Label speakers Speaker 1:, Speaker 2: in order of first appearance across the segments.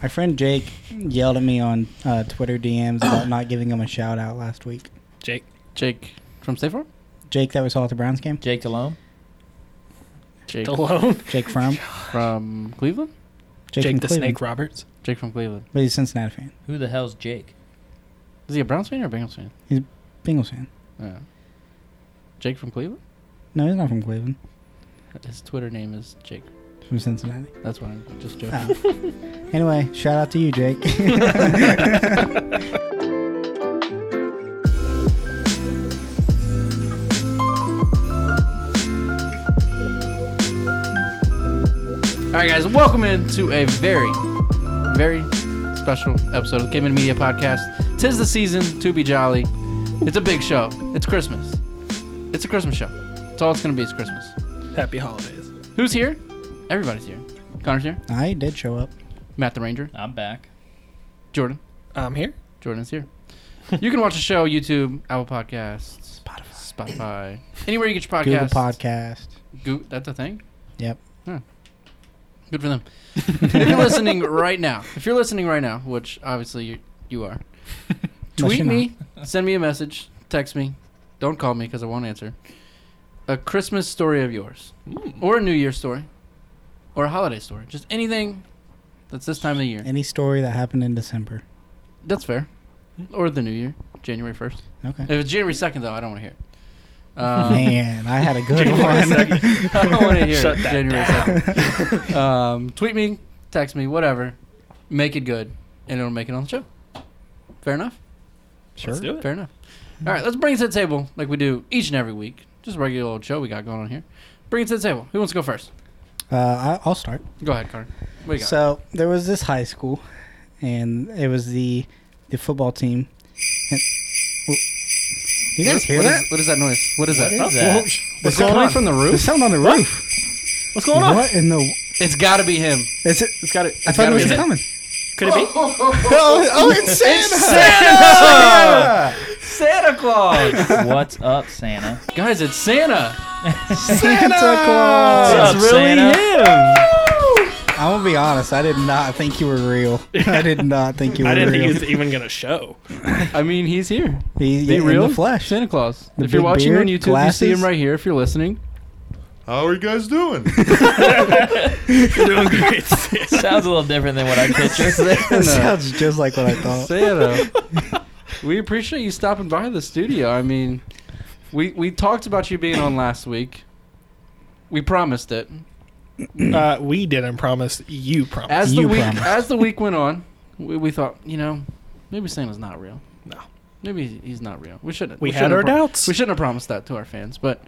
Speaker 1: My friend Jake yelled at me on uh, Twitter DMs about not giving him a shout out last week.
Speaker 2: Jake.
Speaker 3: Jake from State Farm.
Speaker 1: Jake that we saw at the Browns game.
Speaker 4: Jake Delhomme.
Speaker 3: Jake
Speaker 2: Alone.
Speaker 1: Jake from
Speaker 3: from Cleveland.
Speaker 2: Jake,
Speaker 1: from
Speaker 2: the
Speaker 1: Cleveland.
Speaker 2: Snake Roberts.
Speaker 3: Jake from Cleveland.
Speaker 1: But he's a Cincinnati fan.
Speaker 4: Who the hell's Jake?
Speaker 3: Is he a Browns fan or a Bengals fan?
Speaker 1: Bengals fan.
Speaker 3: Yeah. Jake from Cleveland.
Speaker 1: No, he's not from Cleveland.
Speaker 3: His Twitter name is Jake.
Speaker 1: He's From Cincinnati.
Speaker 3: That's what I'm just joking.
Speaker 1: Oh. anyway, shout out to you, Jake.
Speaker 3: All right, guys, welcome into a very, very special episode of the Cayman Media Podcast. Tis the season to be jolly. It's a big show. It's Christmas. It's a Christmas show. It's all it's gonna be is Christmas.
Speaker 2: Happy holidays.
Speaker 3: Who's here? Everybody's here. Connor's here.
Speaker 1: I did show up.
Speaker 3: Matt the Ranger.
Speaker 4: I'm back.
Speaker 3: Jordan.
Speaker 2: I'm here.
Speaker 3: Jordan's here. You can watch the show YouTube, Apple Podcasts, Spotify, Spotify, anywhere you get your
Speaker 1: Google
Speaker 3: podcast.
Speaker 1: Podcast.
Speaker 3: Goo- that's a thing.
Speaker 1: Yep.
Speaker 3: Good for them. if you're listening right now, if you're listening right now, which obviously you, you are, tweet
Speaker 1: you're
Speaker 3: me, send me a message, text me, don't call me because I won't answer. A Christmas story of yours,
Speaker 4: Hmm.
Speaker 3: or a New Year story, or a holiday story, just anything that's this time of the year.
Speaker 1: Any story that happened in December.
Speaker 3: That's fair, or the New Year, January first.
Speaker 1: Okay.
Speaker 3: If it's January second, though, I don't want to hear it.
Speaker 2: uh,
Speaker 3: Um,
Speaker 1: Man, I had a good
Speaker 2: January
Speaker 1: one.
Speaker 3: I don't want to hear
Speaker 2: Shut
Speaker 3: it.
Speaker 2: that
Speaker 3: January second. um, tweet me, text me, whatever. Make it good, and it'll make it on the show. Fair enough.
Speaker 1: sure.
Speaker 2: Let's do it.
Speaker 3: Fair enough. All right, let's bring it to the table like we do each and every week. Just a regular old show we got going on here. Bring it to the table. Who wants to go first?
Speaker 1: Uh, I, I'll start.
Speaker 3: Go ahead, Connor. What do you got?
Speaker 1: So there was this high school, and it was the the football team. And, Whoa. you guys hear
Speaker 3: what,
Speaker 1: that?
Speaker 3: is, what is that noise? What is that?
Speaker 4: What is that?
Speaker 2: Was
Speaker 1: What's
Speaker 2: it
Speaker 1: going
Speaker 2: coming
Speaker 1: on?
Speaker 2: from the
Speaker 1: The
Speaker 2: roof?
Speaker 1: sound on the roof.
Speaker 2: What's going on?
Speaker 1: What in the?
Speaker 3: It's got to be him.
Speaker 1: Is it?
Speaker 2: It's got it.
Speaker 1: I thought it was
Speaker 2: gotta be
Speaker 1: coming.
Speaker 2: Could it be?
Speaker 1: oh, oh, it's Santa!
Speaker 3: Santa! Santa Claus!
Speaker 4: What's up, Santa?
Speaker 3: Guys, it's Santa!
Speaker 1: Santa Claus!
Speaker 4: What's up,
Speaker 2: It's really
Speaker 4: Santa?
Speaker 2: him.
Speaker 1: I'm gonna be honest. I did not think you were real. I did not think you were
Speaker 2: I didn't
Speaker 1: real.
Speaker 2: think he was even gonna show.
Speaker 3: I mean, he's here.
Speaker 1: He's
Speaker 3: Be
Speaker 1: in
Speaker 3: real.
Speaker 1: the flesh.
Speaker 3: Santa Claus.
Speaker 1: The
Speaker 3: if you're
Speaker 1: big
Speaker 3: watching
Speaker 1: beard,
Speaker 3: on YouTube, you see
Speaker 1: glasses.
Speaker 3: him right here. If you're listening,
Speaker 5: How are you guys doing?
Speaker 2: You're doing great.
Speaker 4: Sounds a little different than what I pictured.
Speaker 1: That
Speaker 3: Santa.
Speaker 1: sounds just like what I thought.
Speaker 3: Santa. we appreciate you stopping by the studio. I mean, we we talked about you being on last week. We promised it.
Speaker 2: uh, we didn't promise. You promised.
Speaker 3: As
Speaker 1: You
Speaker 3: the week
Speaker 1: promised.
Speaker 3: as the week went on, we, we thought, you know, maybe Santa's not real.
Speaker 2: No.
Speaker 3: Maybe he- he's not real. We shouldn't.
Speaker 2: we, had
Speaker 3: shouldn't
Speaker 2: our
Speaker 3: have pro-
Speaker 2: doubts.
Speaker 3: We shouldn't have promised that to our fans, but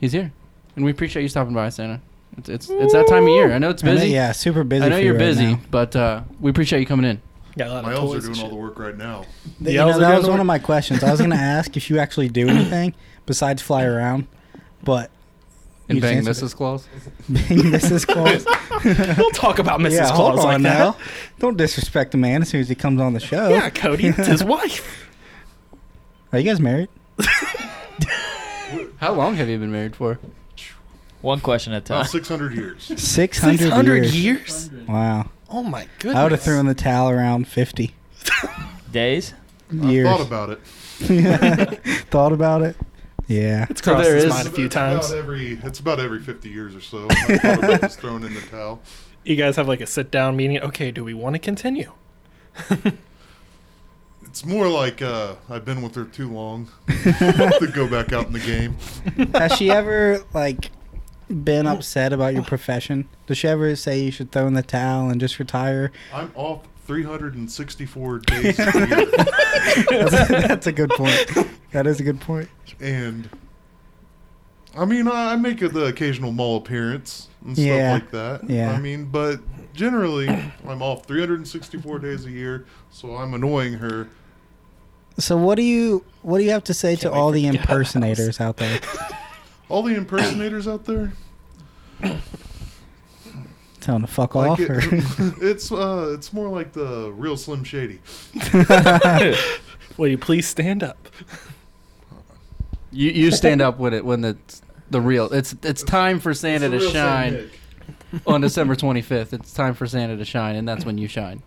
Speaker 3: he's here, and we appreciate you stopping by, Santa. It's it's, it's that time of year. I know it's
Speaker 1: I know-
Speaker 3: busy.
Speaker 1: yeah, super busy.
Speaker 3: I know
Speaker 1: for
Speaker 3: you're
Speaker 1: you right
Speaker 3: busy,
Speaker 1: now.
Speaker 3: but uh, we appreciate you coming in.
Speaker 2: Got a lot
Speaker 5: My
Speaker 2: of
Speaker 5: elves are
Speaker 2: toys.
Speaker 5: doing all the
Speaker 2: and
Speaker 5: work right now.
Speaker 1: Th-
Speaker 2: The
Speaker 1: you know,
Speaker 2: elves are
Speaker 1: that
Speaker 2: doing
Speaker 1: was
Speaker 2: the
Speaker 1: one of my
Speaker 2: work.
Speaker 1: questions. I was going to ask if you actually do anything besides fly around, but
Speaker 3: And
Speaker 1: you
Speaker 3: bang,
Speaker 1: just answered
Speaker 3: Mrs. Claus.
Speaker 1: it. Bang, Mrs. Claus.
Speaker 2: shit. Don't talk about Mrs.
Speaker 1: yeah,
Speaker 2: Claus
Speaker 1: hold on
Speaker 2: like
Speaker 1: now.
Speaker 2: that.
Speaker 1: Don't disrespect the man as soon as he comes on the show.
Speaker 2: Yeah, Cody, it's his wife.
Speaker 1: Are you guys married?
Speaker 3: How long have you been married for?
Speaker 4: One question at a
Speaker 5: About
Speaker 4: time.
Speaker 5: 600 years.
Speaker 1: Six
Speaker 2: Six
Speaker 1: hundred
Speaker 2: hundred
Speaker 1: years.
Speaker 2: years.
Speaker 1: Wow.
Speaker 2: Oh my goodness.
Speaker 1: I would have thrown the towel around fifty
Speaker 4: Days?
Speaker 1: years.
Speaker 5: I thought about it.
Speaker 1: Thought about it. Yeah.
Speaker 2: It's crossed
Speaker 3: So there
Speaker 2: his
Speaker 3: is-
Speaker 2: mind a few
Speaker 5: It's
Speaker 2: times.
Speaker 5: About every, it's about every 50 years or so. I thought about just thrown in the towel.
Speaker 2: You guys have like a sit down meeting. Okay, do we want to continue?
Speaker 5: It's more like uh, I've been with her too long to go back out in the game.
Speaker 1: Has she ever like been upset about your profession? Does she ever say you should throw in the towel and just retire?
Speaker 5: I'm off 364 days a year.
Speaker 1: That's a, that's a good point. That is a good point.
Speaker 5: And I mean, I I make the occasional mall appearance and
Speaker 1: Yeah.
Speaker 5: stuff like that.
Speaker 1: Yeah.
Speaker 5: I mean, but generally, I'm off 364 days a year, so I'm annoying her.
Speaker 1: So what do you what do you have to say to
Speaker 2: Can't
Speaker 1: all
Speaker 2: wait
Speaker 1: the
Speaker 2: for God's
Speaker 1: impersonators out there?
Speaker 5: All the impersonators out there,
Speaker 1: Tell them to fuck off.
Speaker 5: like
Speaker 1: or
Speaker 5: it, it's uh, it's more like the real Slim Shady.
Speaker 2: Will you please stand up?
Speaker 3: You you stand up with it when it's the real. It's it's time for
Speaker 5: It's the
Speaker 3: Santa to
Speaker 5: real Saint
Speaker 3: shine
Speaker 5: Nick.
Speaker 3: on December 25th. It's time for Santa to shine, and that's when you shine.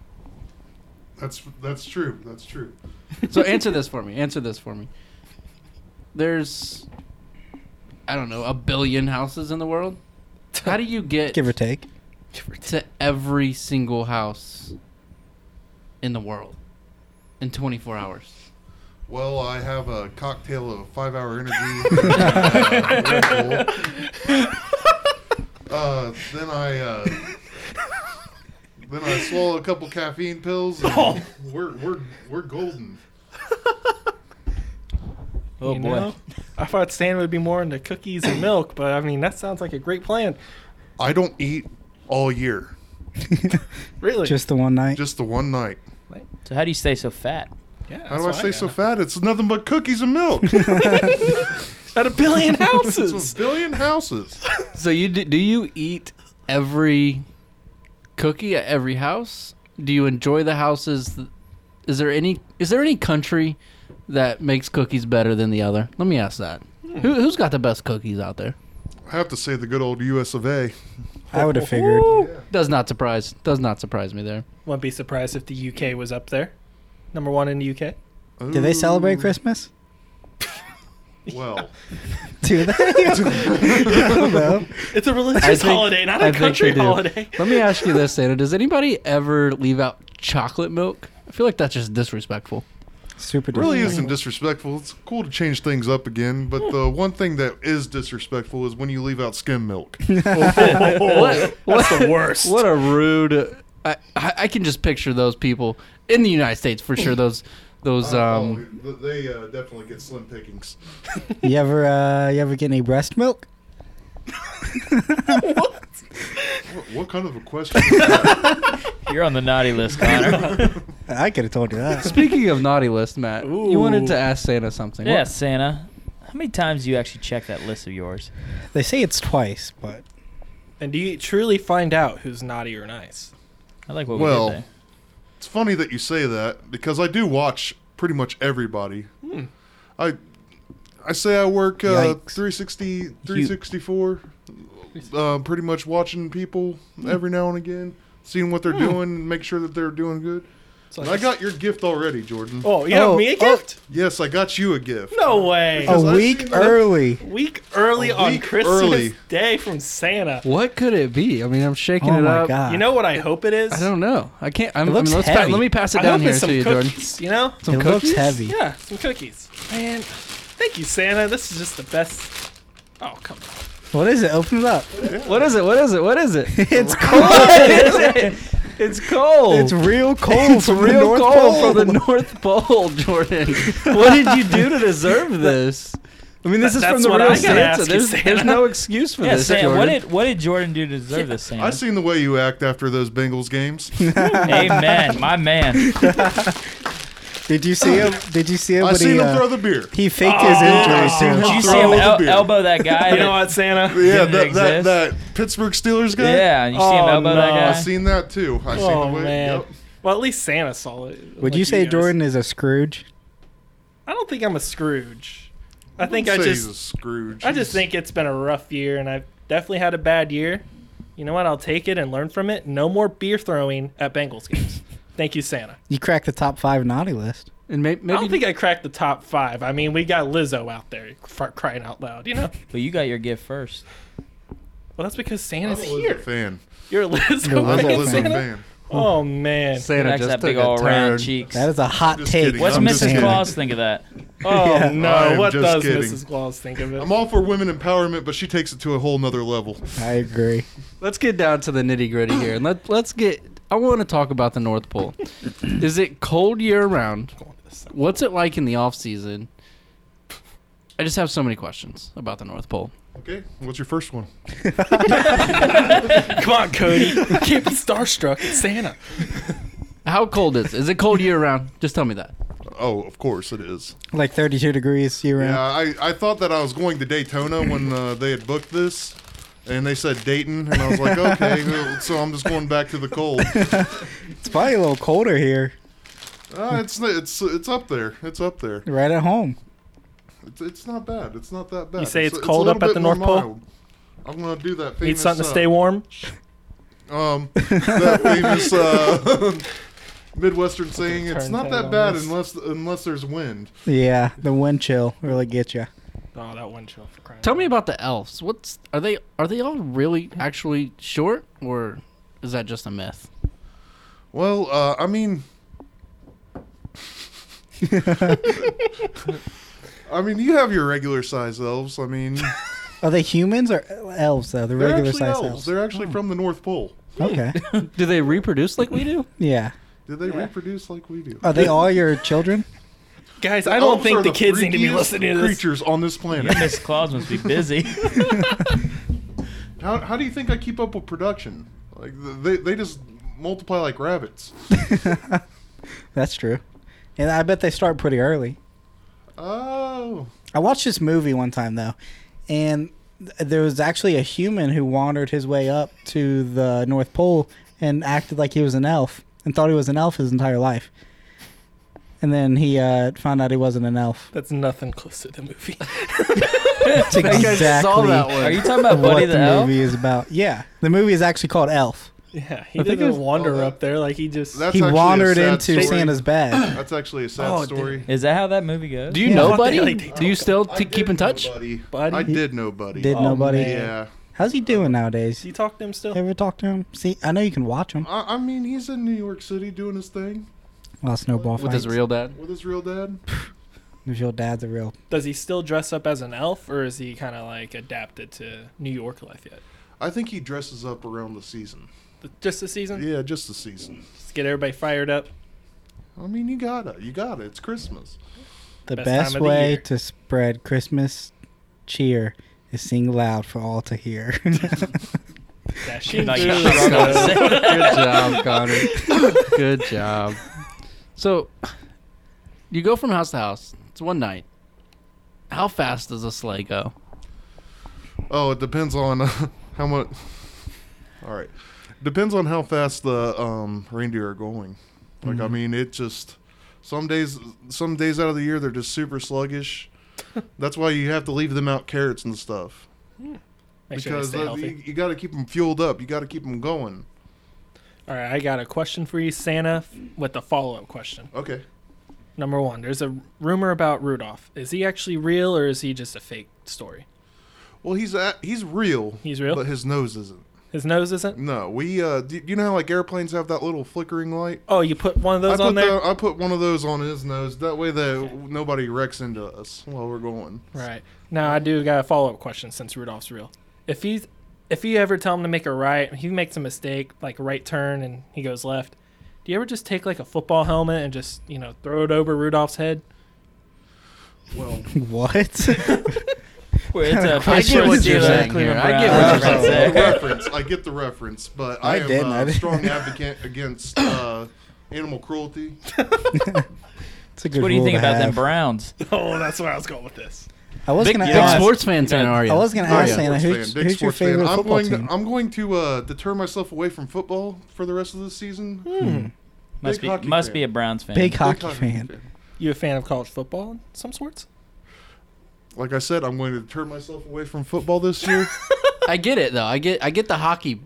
Speaker 5: That's that's true. That's true.
Speaker 3: So answer this for me. Answer this for me. There's, I don't know, a billion houses in the world. How do you get
Speaker 1: Give or take.
Speaker 3: to every single house in the world in 24 hours?
Speaker 5: Well, I have a cocktail of five hour energy. uh, Red Bull. Uh, then I uh, then I swallow a couple caffeine pills. And We're we're we're golden.
Speaker 4: Oh
Speaker 2: You
Speaker 4: boy.
Speaker 2: know? I thought Stan would be more into cookies and milk, but I mean that sounds like a great plan.
Speaker 5: I don't eat all year.
Speaker 2: Really?
Speaker 1: Just the one night.
Speaker 5: Just the one night.
Speaker 4: So how do you stay so fat?
Speaker 2: yeah,
Speaker 5: How
Speaker 2: that's
Speaker 5: do I
Speaker 2: what
Speaker 5: stay so
Speaker 2: got.
Speaker 5: fat? It's nothing but cookies and milk.
Speaker 2: At a billion
Speaker 5: it's a
Speaker 2: houses.
Speaker 5: billion houses.
Speaker 3: So you do, do you eat every cookie at every house? Do you enjoy the houses? th- Is there any is there any country that makes cookies better than the other? Let me ask that. Who, who's got the best cookies out there?
Speaker 5: I have to say the good old U.S. of A.
Speaker 1: I would have figured.
Speaker 3: Does not surprise. Does not surprise me there.
Speaker 2: Wouldn't be surprised if the UK was up there. Number one in the UK.
Speaker 1: Do they celebrate
Speaker 5: Ooh,
Speaker 1: Christmas?
Speaker 5: Well,
Speaker 1: Do they? I don't know.
Speaker 2: It's a religious
Speaker 3: I think-
Speaker 2: holiday, not a
Speaker 3: I think
Speaker 2: country
Speaker 3: they do.
Speaker 2: holiday.
Speaker 3: Let me ask you this, Santa. Does anybody ever leave out chocolate milk? I feel like that's just disrespectful.
Speaker 1: Super.
Speaker 5: it really
Speaker 1: disappointing.
Speaker 5: isn't disrespectful. It's cool to change things up again, but the one thing that is disrespectful is when you leave out skim milk.
Speaker 2: what? That's the worst.
Speaker 3: What a rude. I, I I can just picture those people in the United States for sure. Those those um.
Speaker 5: Oh, they uh, definitely get slim pickings.
Speaker 1: You ever, uh, you ever get any breast milk?
Speaker 5: What, what kind of a question? is that?
Speaker 4: You're on the naughty list, Connor.
Speaker 1: I could have told you that.
Speaker 3: Speaking of naughty list, Matt, you wanted to
Speaker 2: Ooh.
Speaker 3: ask Santa something.
Speaker 4: yeah, Santa. How many times do you actually check that list of yours?
Speaker 1: They say it's twice, but
Speaker 2: And do you truly find out who's naughty or nice?
Speaker 4: I like what
Speaker 5: Well,
Speaker 4: we did
Speaker 5: it's funny that you say that because I do watch pretty much everybody. I I say I work uh,
Speaker 1: Yikes.
Speaker 5: 360, 364, uh, pretty much watching people every now and again, seeing what they're doing, make sure that they're doing good.
Speaker 2: So
Speaker 5: And I got your gift already, Jordan.
Speaker 2: Oh, you have
Speaker 1: Oh,
Speaker 2: me a
Speaker 1: oh.
Speaker 2: gift?
Speaker 5: Yes, I got you a gift.
Speaker 2: No way.
Speaker 1: a
Speaker 5: Because I've seen
Speaker 1: week
Speaker 5: that-
Speaker 1: early.
Speaker 2: Week early
Speaker 5: A
Speaker 2: on
Speaker 5: week
Speaker 2: Christmas
Speaker 5: early.
Speaker 2: Day from Santa.
Speaker 3: What could it be? I mean, I'm shaking
Speaker 1: Oh
Speaker 3: it
Speaker 1: my
Speaker 3: up.
Speaker 1: god!
Speaker 2: You know what I hope it is?
Speaker 3: I don't know. I can't. I'm,
Speaker 1: It looks
Speaker 3: I mean, let's
Speaker 1: heavy.
Speaker 3: pa- let me pass it
Speaker 2: I
Speaker 3: down
Speaker 2: hope
Speaker 3: here
Speaker 2: it's some
Speaker 3: to you, Jordan.
Speaker 2: cookies, you know?
Speaker 1: it
Speaker 3: Some
Speaker 1: looks
Speaker 3: cookies?
Speaker 1: heavy.
Speaker 2: Yeah, some cookies. Man, thank you, Santa. This is just the best. Oh, come on.
Speaker 1: What is it? Open it up.
Speaker 3: What is it? What is it? What is it?
Speaker 1: It's cold.
Speaker 3: It's cold.
Speaker 1: it's real cold.
Speaker 3: It's
Speaker 1: from the
Speaker 3: real
Speaker 1: North
Speaker 3: cold
Speaker 1: Pole.
Speaker 3: from the North Pole, Jordan. what did you do to deserve this? I mean, this is
Speaker 2: That-
Speaker 3: from
Speaker 2: that's
Speaker 3: the
Speaker 2: what I
Speaker 3: real
Speaker 2: gotta ask
Speaker 3: Santa.
Speaker 2: you,
Speaker 3: There's,
Speaker 2: Santa.
Speaker 3: there's no excuse for
Speaker 4: there. Yeah,
Speaker 3: this.
Speaker 4: Santa. What
Speaker 3: Jordan.
Speaker 4: did what did Jordan do to deserve this, Santa?
Speaker 5: I seen the way you act after those Bengals games.
Speaker 4: Amen, my man.
Speaker 1: Did you see him? Did you see him?
Speaker 5: I
Speaker 1: when
Speaker 5: seen
Speaker 1: he,
Speaker 5: him
Speaker 1: uh,
Speaker 5: throw the beer.
Speaker 1: he faked
Speaker 2: Oh,
Speaker 1: his
Speaker 5: dude,
Speaker 1: injury.
Speaker 4: Did
Speaker 1: too.
Speaker 4: you
Speaker 5: Throw
Speaker 4: see him
Speaker 5: the
Speaker 4: el-
Speaker 5: beer.
Speaker 4: elbow that guy?
Speaker 2: You know what, Santa?
Speaker 5: Yeah,
Speaker 4: Didn't
Speaker 5: that, that,
Speaker 4: exist.
Speaker 5: that Pittsburgh Steelers guy.
Speaker 4: Yeah, and you see
Speaker 2: Oh,
Speaker 4: him elbow
Speaker 2: no.
Speaker 5: I
Speaker 4: that guy.
Speaker 5: seen that too. I seen
Speaker 2: Oh,
Speaker 5: the way.
Speaker 2: man.
Speaker 5: Yep.
Speaker 2: Well, at least Santa saw it.
Speaker 1: Would
Speaker 2: like
Speaker 1: you say
Speaker 2: guys.
Speaker 1: Jordan is a Scrooge?
Speaker 2: I don't think I'm a Scrooge. I think I
Speaker 5: Wouldn't say he's
Speaker 2: just
Speaker 5: a Scrooge.
Speaker 2: I just
Speaker 5: He's-
Speaker 2: think it's been a rough year, and I've definitely had a bad year. You know what? I'll take it and learn from it. No more beer throwing at Bengals games. Thank you, Santa.
Speaker 1: You cracked the top five naughty list.
Speaker 3: And may- maybe
Speaker 2: I don't think I cracked the top five. I mean, we got Lizzo out there f- crying out loud. You know?
Speaker 4: But you got your gift first.
Speaker 2: Well, that's because
Speaker 5: I'm a
Speaker 2: Santa's
Speaker 5: Lizzo
Speaker 2: here.
Speaker 5: fan.
Speaker 2: You're a Lizzo,
Speaker 1: You're a
Speaker 5: I'm a
Speaker 2: fan,
Speaker 5: Lizzo
Speaker 2: Santa?
Speaker 5: fan.
Speaker 2: Oh man.
Speaker 3: Santa
Speaker 4: That's
Speaker 3: just
Speaker 4: that
Speaker 3: took
Speaker 4: big
Speaker 3: a
Speaker 4: old
Speaker 3: turn.
Speaker 4: round cheeks.
Speaker 1: That is a hot
Speaker 5: Just
Speaker 1: take.
Speaker 5: kidding.
Speaker 4: What's
Speaker 5: I'm just
Speaker 4: Mrs.
Speaker 5: kidding.
Speaker 4: Claus think of that?
Speaker 2: Oh
Speaker 1: Yeah.
Speaker 2: no!
Speaker 5: I'm
Speaker 2: What
Speaker 5: just
Speaker 2: does
Speaker 5: kidding.
Speaker 2: Mrs. Claus think of it?
Speaker 5: I'm all for women empowerment, but she takes it to a whole nother level.
Speaker 1: I agree.
Speaker 3: Let's get down to the nitty gritty here, and let let's get. I want to talk about the North Pole. Is it cold year round? What's it like in the off season? I just have so many questions about the North Pole.
Speaker 5: Okay, what's your first one?
Speaker 2: Come on, Cody. You Can't be starstruck. It's Santa.
Speaker 3: How cold is it? Is it cold year round? Just tell me that.
Speaker 5: Oh, of course it is.
Speaker 1: Like 32 degrees year round.
Speaker 5: Yeah, I, I thought that I was going to Daytona when uh, they had booked this, and they said Dayton, and I was like, okay, well, so I'm just going back to the cold.
Speaker 1: It's probably a little colder here,
Speaker 5: Uh, it's it's it's up there. It's up there.
Speaker 1: right at home.
Speaker 5: It's, it's not bad. It's not that bad.
Speaker 2: You say it's
Speaker 5: a
Speaker 2: cold
Speaker 5: little
Speaker 2: up at
Speaker 5: bit
Speaker 2: the
Speaker 5: more
Speaker 2: North Pole?
Speaker 5: mild. I'm gonna do that.
Speaker 2: Need
Speaker 5: Famous,
Speaker 2: something to
Speaker 5: uh,
Speaker 2: stay warm.
Speaker 5: Um, that famous uh, Midwestern saying it's
Speaker 2: turn
Speaker 5: not
Speaker 2: tight
Speaker 5: that
Speaker 2: on
Speaker 5: bad
Speaker 2: this.
Speaker 5: unless unless there's wind.
Speaker 1: Yeah, the wind chill really gets you.
Speaker 2: Oh, that one chill for crying.
Speaker 3: Tell me about the elves. What's are they? Are they all really actually short, or is that just a myth?
Speaker 5: Well, uh, I mean, I mean, you have your regular size elves. I mean,
Speaker 1: Are they humans or elves though? The
Speaker 5: they're
Speaker 1: regular
Speaker 5: actually
Speaker 1: size
Speaker 5: elves.
Speaker 1: elves.
Speaker 5: They're
Speaker 2: Hmm.
Speaker 5: actually from the North Pole.
Speaker 1: Okay.
Speaker 3: Do they reproduce like we do?
Speaker 1: Yeah.
Speaker 5: Do they reproduce like we do?
Speaker 1: Are they all your children?
Speaker 2: Guys, I don't
Speaker 5: Elves
Speaker 2: think
Speaker 5: are
Speaker 2: the kids need to be
Speaker 5: freakiest
Speaker 2: listening to this.
Speaker 5: Creatures on this planet.
Speaker 4: Miss Claus must be busy.
Speaker 5: How, how do you think I keep up with production? Like th- they they just multiply like rabbits.
Speaker 1: That's true. And I bet they start pretty early.
Speaker 5: Oh,
Speaker 1: I watched this movie one time though, and th- there was actually a human who wandered his way up to the North Pole and acted like he was an elf and thought he was an elf his entire life. And then he uh, found out he wasn't an elf.
Speaker 2: That's nothing close to the movie.
Speaker 1: That's
Speaker 3: I think I saw that one.
Speaker 4: Are you talking about
Speaker 1: what
Speaker 4: Buddy
Speaker 1: the,
Speaker 4: the Elf?
Speaker 1: movie is about. Yeah, the movie is actually called Elf.
Speaker 2: yeah, he
Speaker 1: I think it
Speaker 2: didn't
Speaker 1: was-
Speaker 2: wander
Speaker 5: Oh, that-
Speaker 2: up there like he just.
Speaker 5: that's
Speaker 1: he
Speaker 5: actually a
Speaker 1: wandered
Speaker 5: sad
Speaker 1: into
Speaker 5: story.
Speaker 1: Santa's bed.
Speaker 5: that's actually a sad
Speaker 2: Oh,
Speaker 5: story.
Speaker 4: Is that how that movie goes?
Speaker 3: Do you
Speaker 1: Yeah.
Speaker 3: know,
Speaker 2: Fuck,
Speaker 3: buddy?
Speaker 2: they like- they
Speaker 3: do
Speaker 2: don't-
Speaker 3: you still
Speaker 5: I
Speaker 3: t-
Speaker 5: did
Speaker 3: keep in
Speaker 5: know
Speaker 3: touch?
Speaker 5: Buddy.
Speaker 2: Buddy?
Speaker 5: I did know Buddy.
Speaker 1: Did
Speaker 2: Oh,
Speaker 1: nobody?
Speaker 2: man.
Speaker 5: Yeah.
Speaker 1: How's he doing
Speaker 2: Does
Speaker 1: nowadays?
Speaker 2: he talk to him still?
Speaker 1: Ever talk to him? See, I know you can watch him.
Speaker 5: I, I mean, he's in New York City doing his thing
Speaker 1: Well, snowball
Speaker 3: With his
Speaker 1: fights.
Speaker 3: real dad?
Speaker 5: with his real dad.
Speaker 1: If your dad's a real
Speaker 2: Does he still dress up as an elf, or is he kind of like adapted to New York life yet?
Speaker 5: I think he dresses up around the season.
Speaker 2: Th- Just this season,
Speaker 5: Yeah, just the season.
Speaker 2: just get everybody fired up.
Speaker 5: I mean, you gotta, you gotta. It's Christmas.
Speaker 1: The
Speaker 2: Best
Speaker 1: best,
Speaker 2: time of the
Speaker 1: way
Speaker 2: year.
Speaker 1: to spread Christmas cheer is sing loud for all to hear.
Speaker 2: Dashing
Speaker 4: Like,
Speaker 2: through
Speaker 4: I
Speaker 2: the
Speaker 4: was gonna
Speaker 2: snow.
Speaker 4: say.
Speaker 3: Good job, Connor. Good job. So, you go from house to house. It's one night. How fast does a sleigh go?
Speaker 5: Oh, it depends on how much. All right, depends on how fast the um, reindeer are going. Like, I mean, it just some days, some days out of the year they're just super sluggish. That's why you have to leave them out carrots and stuff
Speaker 2: Make sure they
Speaker 5: because
Speaker 2: stay
Speaker 5: uh,
Speaker 2: healthy.
Speaker 5: you, you got to keep them fueled up. You got to keep them going.
Speaker 2: All right, I got a question for you, Santa, f- with a follow-up question.
Speaker 5: Okay.
Speaker 2: Number one, there's a rumor about Rudolph. Is he actually real, or is he just a fake story?
Speaker 5: Well, he's at, he's real.
Speaker 2: He's real?
Speaker 5: but his nose isn't.
Speaker 2: His nose isn't.
Speaker 5: No, we uh, do, you know how like airplanes have that little flickering light.
Speaker 2: Oh, you put one of
Speaker 5: I
Speaker 2: those
Speaker 5: put,
Speaker 2: on there.
Speaker 5: the- I put one of those on his nose. That way, that nobody wrecks into us while we're going.
Speaker 2: Right. Now I do got a follow up question since Rudolph's real. If he's if you ever tell him to make a right, he makes a mistake, like a right turn and he goes left. Do you ever just take like a football helmet and just, you know, throw it over Rudolph's head?
Speaker 5: Well,
Speaker 1: what?
Speaker 4: Where it's a
Speaker 1: I get what you're
Speaker 3: saying here. I get
Speaker 5: I
Speaker 3: what
Speaker 4: Cleveland Browns.
Speaker 5: get the
Speaker 4: That's it.
Speaker 5: uh,
Speaker 2: eh?
Speaker 5: reference. I get the reference, but I,
Speaker 1: I
Speaker 5: am
Speaker 1: didn't,
Speaker 5: uh,
Speaker 1: I didn't.
Speaker 5: strong advocate against uh, animal cruelty.
Speaker 1: It's a good
Speaker 4: What do you
Speaker 1: rule to
Speaker 4: think about them
Speaker 1: have.
Speaker 4: Browns?
Speaker 2: Oh, that's where I was going with this.
Speaker 1: I was
Speaker 3: Big,
Speaker 1: gonna
Speaker 3: big
Speaker 1: ask.
Speaker 3: sports fan, Santa, are you?
Speaker 1: I was gonna
Speaker 5: Oh,
Speaker 1: ask
Speaker 5: yeah.
Speaker 1: Santa
Speaker 5: Sports
Speaker 1: who's,
Speaker 5: fan, big
Speaker 1: who's your
Speaker 5: sports fan.
Speaker 1: favorite
Speaker 5: I'm
Speaker 1: football
Speaker 5: going
Speaker 1: team.
Speaker 5: To, I'm going to uh, deter myself away from football for the rest of the season.
Speaker 2: Hmm.
Speaker 4: Must
Speaker 5: Big
Speaker 4: be
Speaker 5: hockey
Speaker 4: must
Speaker 5: fan.
Speaker 4: be a Browns fan.
Speaker 1: Big
Speaker 5: Big
Speaker 1: hockey fan.
Speaker 2: You a fan of college football in some sorts?
Speaker 5: Like I said, I'm going to deter myself away from football this year.
Speaker 3: I get it though. I get I get the hockey.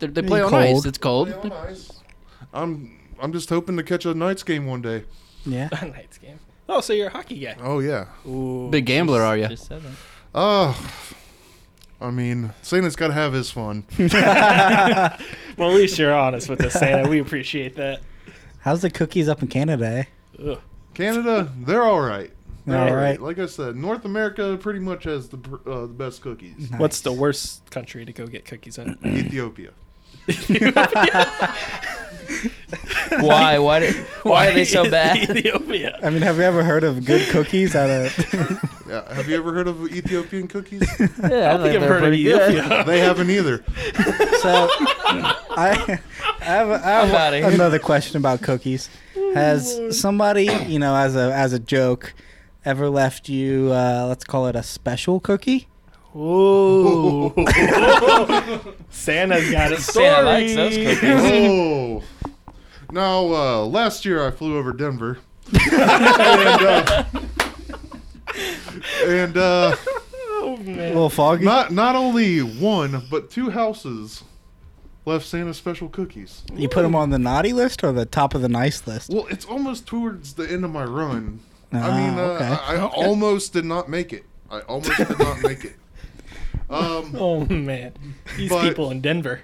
Speaker 3: They, they play
Speaker 1: It's
Speaker 3: on ice.
Speaker 1: cold.
Speaker 3: It's cold.
Speaker 5: Play on ice. I'm I'm just hoping to catch a Knights game one day.
Speaker 1: Yeah.
Speaker 2: Night's game. Oh, so you're a hockey guy.
Speaker 5: Oh yeah.
Speaker 2: Ooh.
Speaker 3: Big gambler, are you?
Speaker 4: Just said that.
Speaker 5: Oh, I mean, Santa's got to have his fun.
Speaker 2: Well, at least you're honest with us, Santa. We appreciate that.
Speaker 1: How's the cookies up in Canada? Eh?
Speaker 2: Ugh.
Speaker 5: Canada, they're all right. They're
Speaker 1: All
Speaker 5: all right.
Speaker 1: right.
Speaker 5: Like I said, North America pretty much has the pr- uh, the best cookies.
Speaker 1: Nice.
Speaker 2: What's the worst country to go get cookies in?
Speaker 5: Ethiopia.
Speaker 4: Why? Why? Did, why are they so bad?
Speaker 2: Ethiopia.
Speaker 1: I mean, have you ever heard of good cookies out of?
Speaker 5: Yeah. Have you ever heard of Ethiopian cookies?
Speaker 4: Yeah,
Speaker 2: I don't think I've heard of Ethiopia.
Speaker 5: they haven't either.
Speaker 1: so, I, I have, I have
Speaker 4: I'm outta here.
Speaker 1: another question about cookies.
Speaker 2: Oh,
Speaker 1: Has somebody, you know, as a as a joke, ever left you? Uh, let's call it a special cookie.
Speaker 2: Ooh. Santa's got a story.
Speaker 4: Santa likes those cookies.
Speaker 5: Oh. Now, uh, last year I flew over Denver. and uh, and uh,
Speaker 2: Oh,
Speaker 1: A
Speaker 2: man.
Speaker 1: little foggy.
Speaker 5: not not only one but two houses left Santa special cookies.
Speaker 1: You put them on the naughty list or the top of the nice list?
Speaker 5: Well, it's almost towards the end of my run.
Speaker 1: Ah,
Speaker 5: I mean, uh,
Speaker 1: okay.
Speaker 5: I, I almost did not make it. I almost did not make it. Um,
Speaker 2: Oh man, these
Speaker 5: But-
Speaker 2: people in Denver.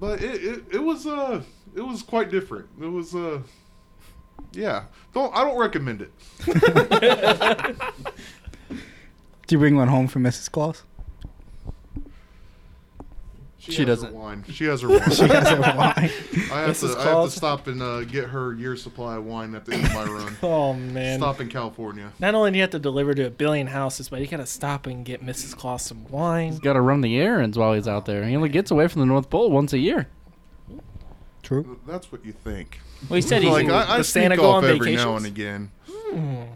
Speaker 5: but it, it, it was uh it was quite different. It was uh yeah. Don't I don't recommend it.
Speaker 1: Do you bring one home for Mrs. Claus?
Speaker 3: She
Speaker 5: has her
Speaker 3: doesn't.
Speaker 5: wine. She has her wine.
Speaker 1: She has her wine.
Speaker 5: I have
Speaker 2: Mrs.
Speaker 5: to I have to
Speaker 2: Claus-
Speaker 5: stop and uh, get her year supply of wine at the end of my run.
Speaker 2: Oh man.
Speaker 5: Stop in California.
Speaker 2: Not only do you have to deliver to a billion houses, but you gotta stop and get Mrs. Claus some wine.
Speaker 3: He's got to run the errands while he's out there. He only gets away from the North Pole once a year.
Speaker 1: True.
Speaker 5: That's what you think.
Speaker 4: Well, he said he's
Speaker 5: Like I, I
Speaker 2: Does Santa
Speaker 5: sneak
Speaker 2: go
Speaker 5: off
Speaker 2: on
Speaker 5: every now
Speaker 2: vacations?
Speaker 5: and again.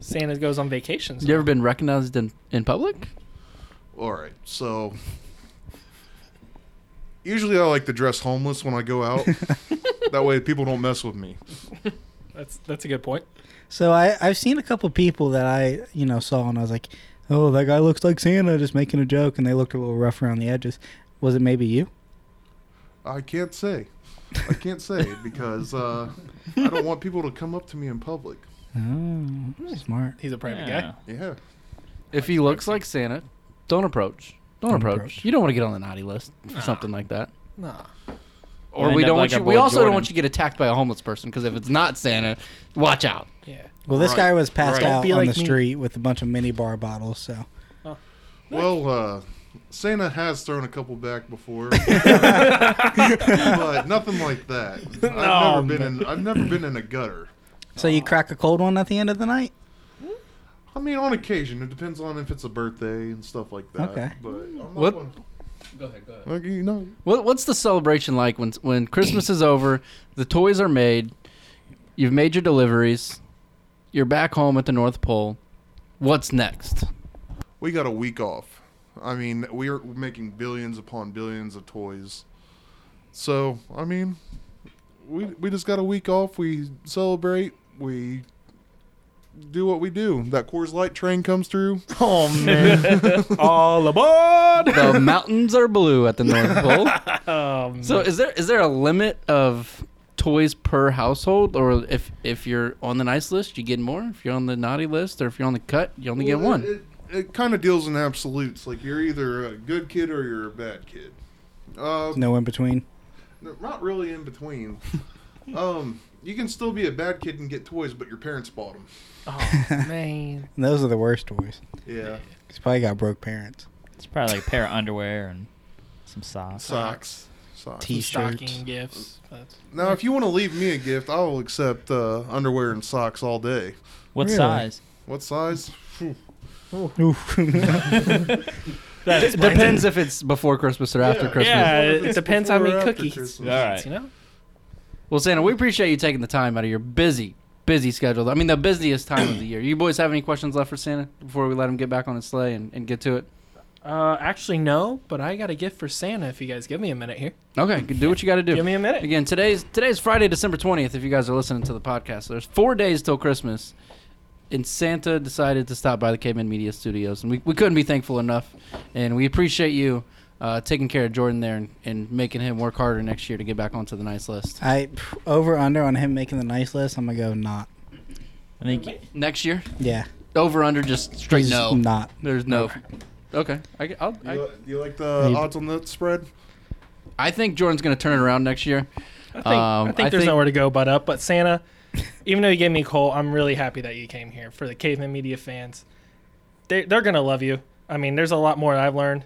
Speaker 2: Santa goes on vacations.
Speaker 3: You ever been recognized in, in public?
Speaker 5: All right, so usually I like to dress homeless when I go out. that way people don't mess with me.
Speaker 2: That's that's a good point.
Speaker 1: So I, I've seen a couple people that I, you know, saw and I was like, oh, that guy looks like Santa just making a joke and they looked a little rough around the edges. Was it maybe you?
Speaker 5: I can't say. I can't say because uh, I don't want people to come up to me in public.
Speaker 1: Oh, smart.
Speaker 2: He's a private guy.
Speaker 5: Yeah.
Speaker 3: If he looks like Santa, don't approach. Don't,
Speaker 1: Don't
Speaker 3: approach.
Speaker 1: approach.
Speaker 3: You don't want to get on the naughty list or something like that.
Speaker 2: Nah.
Speaker 3: Or
Speaker 4: End
Speaker 3: we
Speaker 4: up
Speaker 3: don't
Speaker 4: like
Speaker 3: want
Speaker 4: our
Speaker 3: you. We
Speaker 4: boy
Speaker 3: also don't
Speaker 4: Jordan.
Speaker 3: want you to get attacked by a homeless person because if it's not Santa, watch out.
Speaker 2: Yeah.
Speaker 1: Well, this
Speaker 5: Right,
Speaker 1: guy was passed
Speaker 5: right.
Speaker 1: out
Speaker 2: Be
Speaker 1: on
Speaker 2: like
Speaker 1: the
Speaker 2: me.
Speaker 1: street with a bunch of mini bar bottles, so.
Speaker 5: Well, uh, Santa has thrown a couple back before, but nothing like that. I've never been in. I've never been in a gutter.
Speaker 1: So
Speaker 5: Oh.
Speaker 1: you crack a cold one at the end of the night?
Speaker 5: I mean, on occasion, it depends on if it's a birthday and stuff like that.
Speaker 1: Okay.
Speaker 5: But I'm not
Speaker 3: What-
Speaker 5: one-
Speaker 2: Go ahead, go ahead.
Speaker 5: Like, you know,
Speaker 3: What, what's the celebration like when when Christmas is over, the toys are made, you've made your deliveries, you're back home at the North Pole. What's next?
Speaker 5: we got a week off. I mean, we're making billions upon billions of toys. So, I mean, we we just got a week off. We celebrate. We do what we do. That Coors Light train comes through.
Speaker 2: Oh man. All aboard.
Speaker 3: The mountains are blue at the North Pole.
Speaker 2: Oh man.
Speaker 3: So is there is there a limit of toys per household, or if if you're on the nice list, you get more. If you're on the naughty list, or if you're on the cut, you only get
Speaker 5: Well,
Speaker 3: one.
Speaker 5: It, it, it kind of deals in absolutes. Like you're either a good kid or you're a bad kid. Uh,
Speaker 1: No in between.
Speaker 5: no, not really in between. um, you can still be a bad kid and get toys, but your parents bought them.
Speaker 2: oh man.
Speaker 1: And those are the worst toys.
Speaker 5: Yeah,
Speaker 1: He's probably got broke parents.
Speaker 4: It's probably like a pair of underwear and some socks.
Speaker 5: socks, socks.
Speaker 1: T- T-shirts.
Speaker 2: Stocking gifts. That's-
Speaker 5: Now, if you want to leave me a gift, I will accept uh, underwear and socks all day.
Speaker 4: What
Speaker 1: Really?
Speaker 4: size?
Speaker 5: What size? Phew.
Speaker 1: Oof.
Speaker 2: That
Speaker 3: It
Speaker 2: explains
Speaker 3: depends if it's before Christmas or after
Speaker 5: Yeah.
Speaker 3: Christmas.
Speaker 2: Yeah,
Speaker 5: If
Speaker 2: it,
Speaker 5: it's
Speaker 2: depends how
Speaker 5: before or
Speaker 2: many
Speaker 5: after
Speaker 2: cookies.
Speaker 5: Christmas.
Speaker 2: you eat,
Speaker 4: Alright.
Speaker 2: You know.
Speaker 3: Well, Santa, we appreciate you taking the time out of your busy, busy schedule. I mean, the busiest time of the year. You boys have any questions left for Santa before we let him get back on his sleigh and, and get to it?
Speaker 2: Uh, actually, no. But I got a gift for Santa. If you guys give me a minute here.
Speaker 3: Okay, do what you got to do.
Speaker 2: Give me a minute.
Speaker 3: Again, today's today's Friday, December twentieth. If you guys are listening to the podcast, so there's four days till Christmas, and Santa decided to stop by the Caveman Media Studios, and we, we couldn't be thankful enough, and we appreciate you uh, taking care of Jordan there and, and making him work harder next year to get back onto the nice list.
Speaker 1: I over under on him making the nice list. I'm gonna go not.
Speaker 4: I think you
Speaker 3: Next year,
Speaker 1: Yeah,
Speaker 3: over under, just straight
Speaker 1: He's
Speaker 3: no.
Speaker 1: not.
Speaker 3: There's no. Okay, I, I'll,
Speaker 5: Do
Speaker 3: I,
Speaker 5: you, do you like the
Speaker 1: You-
Speaker 5: odds on that spread?
Speaker 3: I think Jordan's gonna turn it around next year.
Speaker 2: I think,
Speaker 3: Um,
Speaker 2: I think
Speaker 3: I
Speaker 2: there's
Speaker 3: think-
Speaker 2: nowhere to go but up. But Santa, even though you gave me coal, I'm really happy that you came here for the Caveman Media fans. They, they're going to love you. I mean, there's a lot more that I've learned.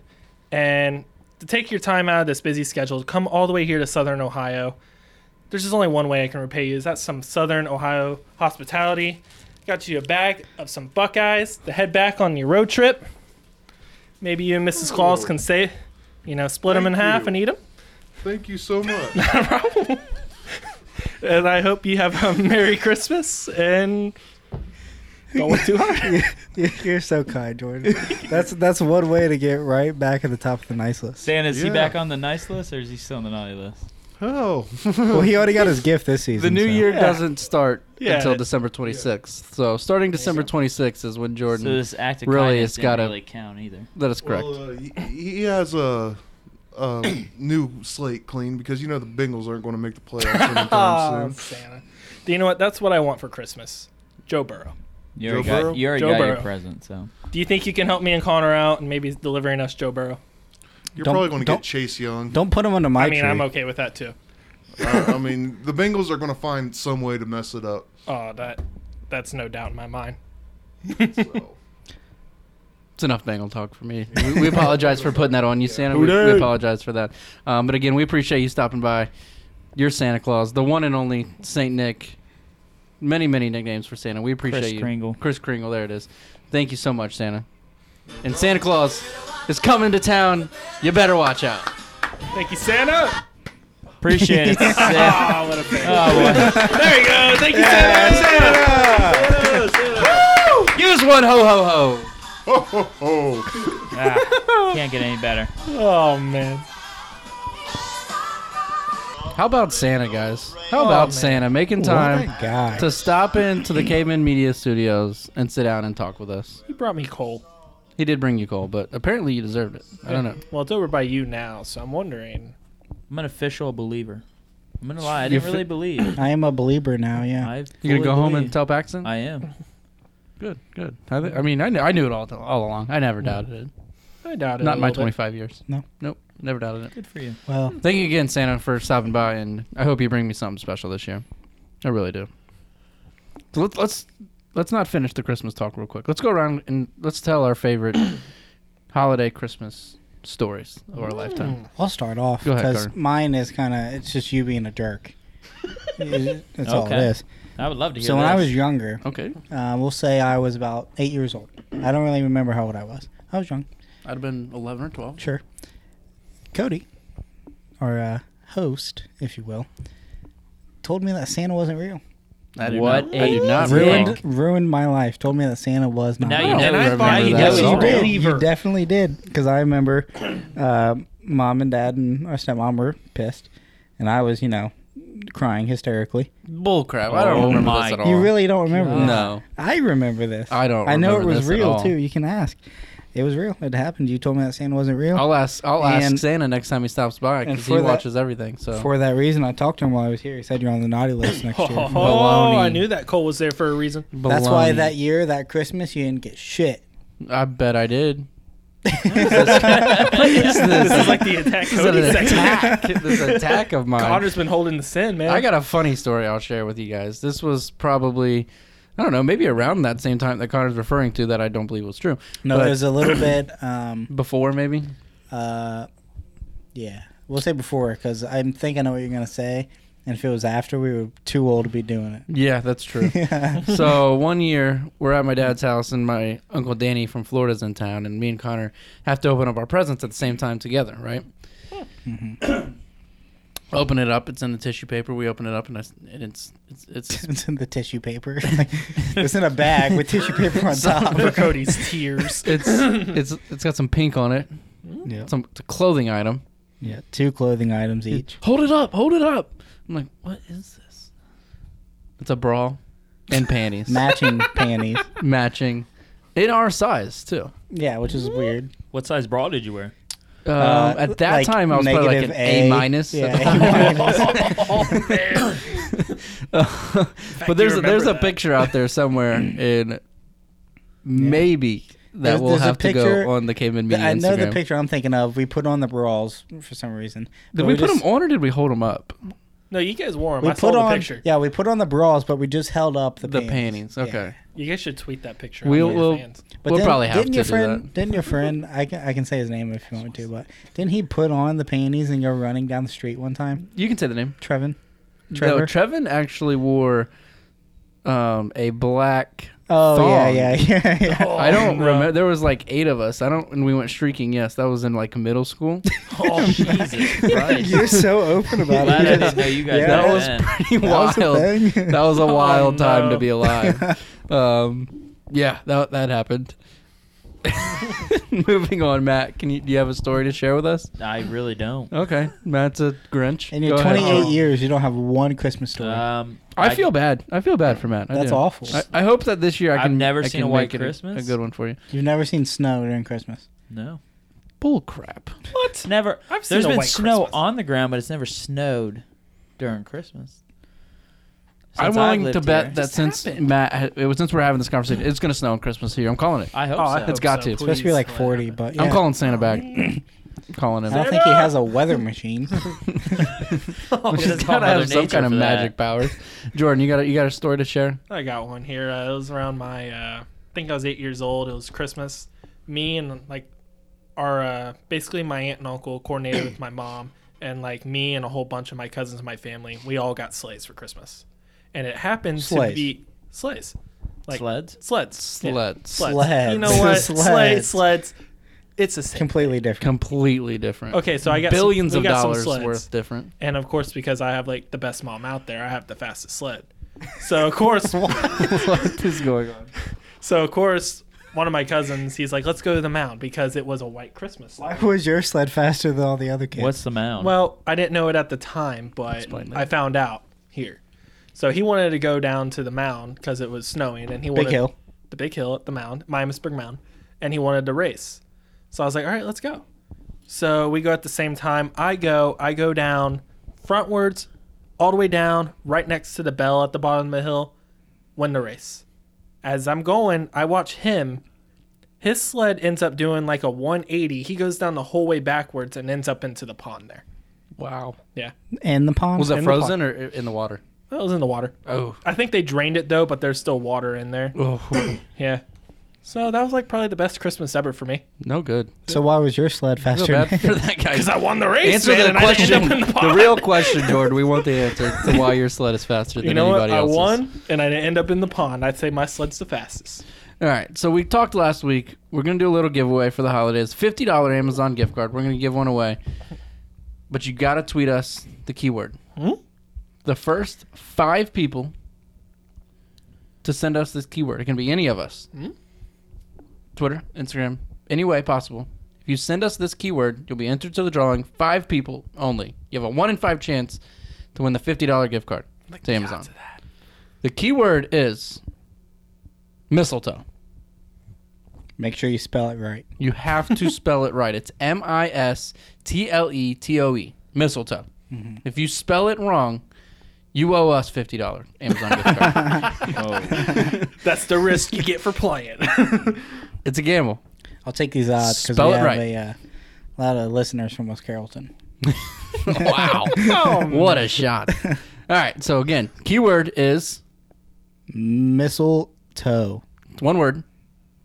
Speaker 2: And to take your time out of this busy schedule, to come all the way here to Southern Ohio, there's just only one way I can repay you. Is that some Southern Ohio hospitality? Got you a bag of some Buckeyes to head back on your road trip. Maybe you and Mrs. Claus
Speaker 5: Ooh.
Speaker 2: can say, you know, split them in
Speaker 5: Thank
Speaker 2: half
Speaker 5: you.
Speaker 2: and eat them.
Speaker 5: Thank you so much.
Speaker 2: and I hope you have a Merry Christmas and don't work too hard.
Speaker 1: You're, you're so kind, Jordan. That's that's one way to get right back at the top of the nice list.
Speaker 4: Santa, is
Speaker 5: Yeah.
Speaker 4: he back on the nice list or is he still on the naughty list?
Speaker 5: oh,
Speaker 1: Well, he already got his gift this season.
Speaker 3: The new
Speaker 1: so.
Speaker 3: year
Speaker 2: Yeah.
Speaker 3: doesn't start
Speaker 2: Yeah.
Speaker 3: until December 26th. So starting December 26th is when Jordan.
Speaker 4: So this act of
Speaker 3: Really,
Speaker 4: kindness
Speaker 3: it's
Speaker 4: didn't
Speaker 3: gotta-
Speaker 5: uh,
Speaker 4: really count either.
Speaker 3: that is correct.
Speaker 5: Well, uh, he, he has a uh, new slate clean because you know the Bengals aren't going to make the playoffs anytime soon.
Speaker 2: Um, Santa. Do you know what? That's what I want for Christmas. Joe Burrow.
Speaker 4: You
Speaker 5: Joe
Speaker 4: already
Speaker 5: Burrow?
Speaker 4: got, you already
Speaker 2: Joe
Speaker 4: got your
Speaker 2: Burrow.
Speaker 4: present, so
Speaker 2: Do you think you can help me and Connor out and maybe delivering us Joe Burrow?
Speaker 5: You're
Speaker 1: Don't-
Speaker 5: probably going to
Speaker 1: don't-
Speaker 5: get Chase Young.
Speaker 1: Don't put him under my
Speaker 2: I mean,
Speaker 1: tree.
Speaker 2: I'm okay with that too.
Speaker 5: Uh, I mean, the Bengals are going to find some way to mess it up.
Speaker 2: Oh, that that's no doubt in my mind.
Speaker 5: So.
Speaker 3: It's enough Bengal talk for me. We, we apologize for putting that on you, Santa. We, we
Speaker 5: Hooray.
Speaker 3: apologize for that. Um, but again, we appreciate you stopping by. Your Santa Claus, the one and only Saint Nick. Many, many nicknames for Santa. We appreciate
Speaker 4: Chris
Speaker 3: you.
Speaker 4: Kringle.
Speaker 3: Chris Kringle, there it is. Thank you so much, Santa. And Santa Claus is coming to town. You better watch out.
Speaker 2: Thank you, Santa.
Speaker 4: appreciate it. Seth.
Speaker 3: Ah,
Speaker 2: Oh, what a fan.
Speaker 4: Oh, boy.
Speaker 2: there you go. Thank you, Santa. Santa. Santa.
Speaker 3: Use one ho ho ho.
Speaker 5: Ho, ho, ho.
Speaker 4: Ah, can't get any better.
Speaker 2: Oh man.
Speaker 3: How about Santa, guys? How about
Speaker 2: man.
Speaker 3: Santa making
Speaker 1: What
Speaker 3: time
Speaker 1: a guy.
Speaker 3: to stop into the Caveman Media Studios and sit down and talk with us?
Speaker 2: You brought me cold.
Speaker 3: He did bring you coal, but apparently you deserved it. I don't know.
Speaker 2: Well, it's over by you now, so I'm wondering.
Speaker 4: I'm an official believer. I'm gonna lie. I
Speaker 3: You're
Speaker 4: didn't
Speaker 3: fi-
Speaker 4: really believe.
Speaker 1: I am a believer now. Yeah.
Speaker 4: I
Speaker 3: You gonna
Speaker 4: fully
Speaker 3: go home
Speaker 4: believe.
Speaker 3: and tell Paxton?
Speaker 4: I am.
Speaker 3: good, good. I, thi- I mean, I knew, I knew it all all along. I never doubted
Speaker 2: I doubt
Speaker 3: it.
Speaker 2: it.
Speaker 3: Not
Speaker 2: a
Speaker 3: in my
Speaker 2: little bit.
Speaker 3: 25 years.
Speaker 1: No.
Speaker 3: nope, never doubted it.
Speaker 4: Good for you.
Speaker 1: well,
Speaker 3: Thank you again, Santa, for stopping by, and I hope you bring me something special this year. I really do. So let's let's let's not finish the Christmas talk real quick. Let's go around and let's tell our favorite holiday Christmas stories of our lifetime.
Speaker 1: I'll start off
Speaker 3: Go ahead,
Speaker 1: because
Speaker 3: Carter.
Speaker 1: mine is kind of it's just you being a jerk. It- That's all it
Speaker 4: Okay.
Speaker 1: is.
Speaker 4: I would love to hear.
Speaker 1: So when I
Speaker 4: this.
Speaker 1: was younger,
Speaker 3: Okay,
Speaker 1: uh, we'll say I was about eight years old. I don't really remember how old I was. I was young,
Speaker 3: I'd have been 11 or 12.
Speaker 1: sure. Cody, our uh, host, if you will, told me that Santa wasn't real.
Speaker 3: I do
Speaker 4: What
Speaker 3: Not, I do
Speaker 4: a
Speaker 3: not
Speaker 4: dick.
Speaker 3: remember.
Speaker 1: Ruined, ruined my life. Told me that Santa was not.
Speaker 4: now
Speaker 1: real.
Speaker 4: you
Speaker 3: Oh,
Speaker 4: know.
Speaker 3: and I
Speaker 4: Now
Speaker 3: thought
Speaker 4: you
Speaker 3: you
Speaker 4: know.
Speaker 3: just
Speaker 4: he's
Speaker 1: you
Speaker 2: all
Speaker 4: real.
Speaker 1: did.
Speaker 2: believer.
Speaker 1: You definitely did. Because I remember uh, mom and dad and our stepmom were pissed, and I was, you know, crying hysterically.
Speaker 3: Bull crap. I don't
Speaker 4: Oh
Speaker 3: remember
Speaker 4: my
Speaker 3: this at all.
Speaker 1: You really don't remember this.
Speaker 3: No.
Speaker 1: I remember this.
Speaker 3: I don't
Speaker 1: I know it
Speaker 3: remember
Speaker 1: was
Speaker 3: this at
Speaker 1: real
Speaker 3: all.
Speaker 1: too. You can ask. It was real. It happened. You told me that Santa wasn't real.
Speaker 3: I'll ask. I'll ask
Speaker 1: And-
Speaker 3: Santa next time he stops by
Speaker 1: and
Speaker 3: because
Speaker 1: for
Speaker 3: he
Speaker 1: that-
Speaker 3: watches everything. So
Speaker 1: For that reason, I talked to him while I was here. He said you're on the naughty list next
Speaker 2: Oh,
Speaker 1: year.
Speaker 3: Baloney.
Speaker 2: I knew that Cole was there for a reason.
Speaker 1: That's why
Speaker 3: Baloney.
Speaker 1: that year, that Christmas, you didn't get shit.
Speaker 3: I bet I did.
Speaker 2: this is like the attack.
Speaker 3: This is an
Speaker 2: Cody section.
Speaker 3: attack. this attack of mine.
Speaker 2: Connor's been holding the sin, man.
Speaker 3: I got a funny story I'll share with you guys. This was probably, I don't know, maybe around that same time that Connor's referring to that I don't believe was true.
Speaker 1: No,
Speaker 3: But
Speaker 1: it was a little bit. Um,
Speaker 3: before maybe.
Speaker 1: Uh, yeah, we'll say before because I think I know what you're gonna say, and if it was after, we were too old to be doing
Speaker 3: Yeah, that's true.
Speaker 1: it.
Speaker 3: so one year we're at my dad's house and my uncle Danny from Florida's in town, and me and Connor have to open up our presents at the same time together, right? open it up. It's in the tissue paper. We open it up, and, I s and it's it's it's
Speaker 1: it's in the tissue paper. it's in a bag with tissue paper on top.
Speaker 2: for Cody's tears.
Speaker 3: it's it's it's got some pink on it.
Speaker 1: Yeah.
Speaker 3: Some it's a clothing item.
Speaker 1: yeah, two clothing items each.
Speaker 3: Hold it up, hold it up. I'm like, what is this? It's a bra and panties
Speaker 1: Matching panties.
Speaker 3: matching in our size too.
Speaker 1: Yeah, which is weird.
Speaker 4: What size bra did you wear?
Speaker 3: Um,
Speaker 1: Uh,
Speaker 3: at that
Speaker 1: like
Speaker 3: time, I was probably like an
Speaker 1: negative
Speaker 3: A,
Speaker 1: A.
Speaker 3: minus.
Speaker 1: Yeah,
Speaker 3: at the
Speaker 1: A
Speaker 3: time.
Speaker 2: oh, man.
Speaker 3: but there's
Speaker 2: you
Speaker 3: a,
Speaker 2: remember
Speaker 3: there's a
Speaker 2: that.
Speaker 3: picture out there somewhere, and maybe that
Speaker 1: There's-
Speaker 3: will
Speaker 1: there's a
Speaker 3: have to
Speaker 1: picture-
Speaker 3: go on the Caveman Media
Speaker 1: I know the
Speaker 3: Instagram.
Speaker 1: picture I'm thinking of. We put on the bras for some reason.
Speaker 3: Did
Speaker 1: but
Speaker 3: we put
Speaker 1: just-
Speaker 3: them on or did we hold them up?
Speaker 2: No, you guys wore him.
Speaker 1: We
Speaker 2: I saw
Speaker 1: put on
Speaker 2: the picture.
Speaker 1: yeah, we put on the bras, but we just held up the
Speaker 3: The
Speaker 1: panties.
Speaker 3: panties. Okay.
Speaker 2: You guys should tweet that picture.
Speaker 3: We'll-
Speaker 2: We'll,
Speaker 3: we'll-
Speaker 1: But
Speaker 3: We'll
Speaker 1: then-
Speaker 3: probably have
Speaker 1: didn't
Speaker 3: to
Speaker 1: your
Speaker 3: do
Speaker 1: friend,
Speaker 3: that.
Speaker 1: Didn't your friend? I can I can say his name if you want to, but didn't he put on the panties and go running down the street one time?
Speaker 3: You can say the name.
Speaker 1: Trevin.
Speaker 3: No,
Speaker 1: Trevor?
Speaker 3: Trevin actually wore um, a black.
Speaker 1: Oh yeah,
Speaker 3: thong. Oh,
Speaker 1: yeah, yeah, yeah.
Speaker 3: I don't
Speaker 2: no.
Speaker 3: remember. There was like eight of us. I don't, and we went streaking. Yes, that was in like middle school.
Speaker 4: Oh Jesus Christ!
Speaker 1: You're so open about
Speaker 4: Glad I
Speaker 1: it.
Speaker 4: didn't know you guys.
Speaker 1: Yeah,
Speaker 4: did
Speaker 1: that
Speaker 3: was
Speaker 4: that.
Speaker 3: Pretty
Speaker 1: That was
Speaker 3: wild.
Speaker 1: a thing.
Speaker 3: that was a wild time to
Speaker 2: Oh, no.
Speaker 3: be alive. um, yeah, that that happened. Moving on, Matt. Can you do you have a story to share with us?
Speaker 4: I really don't.
Speaker 3: Okay, Matt's a Grinch.
Speaker 1: In your
Speaker 3: Go ahead. Oh. Uh,
Speaker 1: 28 years, you don't have one Christmas story.
Speaker 4: Um,
Speaker 3: I feel bad. I feel bad for Matt. I
Speaker 1: That's
Speaker 3: do.
Speaker 1: awful.
Speaker 3: I, I hope that this year I
Speaker 4: I've
Speaker 3: can.
Speaker 4: never
Speaker 3: I
Speaker 4: seen
Speaker 3: can
Speaker 4: a White
Speaker 3: make it
Speaker 4: Christmas.
Speaker 3: A good one for you.
Speaker 1: You've never seen snow during Christmas.
Speaker 4: no.
Speaker 3: Bull crap.
Speaker 2: What?
Speaker 4: Never.
Speaker 2: I've seen
Speaker 4: There's
Speaker 2: a
Speaker 4: been
Speaker 2: white
Speaker 4: snow
Speaker 2: Christmas.
Speaker 4: on the ground, but it's never snowed during Christmas.
Speaker 3: I'm
Speaker 4: Since I've
Speaker 3: willing to
Speaker 4: lived
Speaker 3: bet
Speaker 4: here.
Speaker 3: that since Matt, ha- it was since we're having this conversation, it's gonna snow on Christmas here. I'm calling it.
Speaker 4: I hope
Speaker 2: Oh, I
Speaker 4: so.
Speaker 2: hope
Speaker 3: It's got
Speaker 2: so,
Speaker 3: to. It's
Speaker 1: supposed to be
Speaker 2: please
Speaker 1: like
Speaker 2: let it
Speaker 1: 40,
Speaker 2: happen.
Speaker 1: but
Speaker 3: I'm
Speaker 1: yeah.
Speaker 3: calling Santa back. calling him.
Speaker 1: I don't think he has a weather machine.
Speaker 4: Oh,
Speaker 3: She's
Speaker 4: that's all
Speaker 3: gotta
Speaker 4: Mother
Speaker 3: have some
Speaker 4: Nature
Speaker 3: kind of
Speaker 4: for that.
Speaker 3: magic powers. Jordan, you got a, you got a story to share?
Speaker 2: I got one here. Uh, it was around my, uh, I think I was eight years old. It was Christmas. Me and like our, uh, basically my aunt and uncle coordinated with my mom and like me and a whole bunch of my cousins and my family. We all got sleighs for Christmas, and it happened
Speaker 1: Sleighs.
Speaker 2: to be sleighs, like
Speaker 4: Sleds.
Speaker 2: sleds,
Speaker 3: Sleds.
Speaker 1: Sleds.
Speaker 2: You know what?
Speaker 1: Sleds.
Speaker 2: Sleds, sleds. It's the same.
Speaker 1: Completely different.
Speaker 3: Completely different.
Speaker 2: Okay, so I got some-
Speaker 3: billions
Speaker 2: we
Speaker 3: of
Speaker 2: got some
Speaker 3: dollars
Speaker 2: sleds.
Speaker 3: worth different.
Speaker 2: And of course, because I have like the best mom out there, I have the fastest sled. So of course,
Speaker 3: what is going on?
Speaker 2: so of course, one of my cousins, he's like, "Let's go to the mound" because it was a white Christmas.
Speaker 1: Why
Speaker 2: sled.
Speaker 1: was your sled faster than all the other kids?
Speaker 4: What's the mound?
Speaker 2: Well, I didn't know it at the time, but
Speaker 3: Explain that.
Speaker 2: I found out here. So he wanted to go down to the mound because it was snowing, and he
Speaker 1: Big
Speaker 2: wanted
Speaker 1: Hill?
Speaker 2: the big hill at the mound, Miamisburg Mound, and he wanted to race. So I was like, all right, let's go. So we go at the same time. I go, I go down frontwards, all the way down, right next to the bell at the bottom of the hill, win the race. As I'm going, I watch him. His sled ends up doing like a 180. He goes down the whole way backwards and ends up into the pond there.
Speaker 3: Wow.
Speaker 2: Yeah.
Speaker 1: And the pond.
Speaker 3: Was it
Speaker 2: In the
Speaker 3: frozen or i- in the water?
Speaker 2: That was in the water.
Speaker 3: Oh.
Speaker 2: I think they drained it though, but there's still water in there.
Speaker 3: Oh.
Speaker 2: Yeah. So that was like probably the best Christmas ever for me.
Speaker 3: no good.
Speaker 1: so why was your sled
Speaker 3: I feel
Speaker 1: faster?
Speaker 3: bad for
Speaker 1: than-
Speaker 3: that guy.
Speaker 2: Because I won the race.
Speaker 3: Answer
Speaker 2: man,
Speaker 3: the
Speaker 2: and I didn't
Speaker 3: question.
Speaker 2: end up in
Speaker 3: The,
Speaker 2: pond.
Speaker 3: real question, Jordan. We want the answer to why your sled is faster than
Speaker 2: You know what?
Speaker 3: anybody
Speaker 2: I
Speaker 3: else's.
Speaker 2: won, and I didn't end up in the pond. I'd say my sled's the fastest.
Speaker 3: All right. So we talked last week. We're gonna do a little giveaway for the holidays. Fifty dollar Amazon gift card. We're gonna give one away. But you gotta tweet us the keyword.
Speaker 2: Hmm?
Speaker 3: The first five people to send us this keyword. It can be any of us.
Speaker 2: Hmm?
Speaker 3: Twitter, Instagram, any way possible. If you send us this keyword, you'll be entered to the drawing. Five people only. You have a one in five chance to win the fifty dollar gift card to Amazon. The keyword is mistletoe.
Speaker 1: Make sure you spell it right.
Speaker 3: You have to spell it right. It's M I S T L E T O E. Mistletoe. If you spell it wrong, you owe us fifty dollars Amazon gift card.
Speaker 2: That's the risk you get for playing.
Speaker 3: It's a gamble.
Speaker 1: I'll take these odds because
Speaker 3: Spell
Speaker 1: we
Speaker 3: it
Speaker 1: have
Speaker 3: right.
Speaker 1: a uh, lot of listeners from West Carrollton.
Speaker 3: wow! what a shot! All right. So again, keyword is
Speaker 1: Mistletoe.
Speaker 3: it's one word,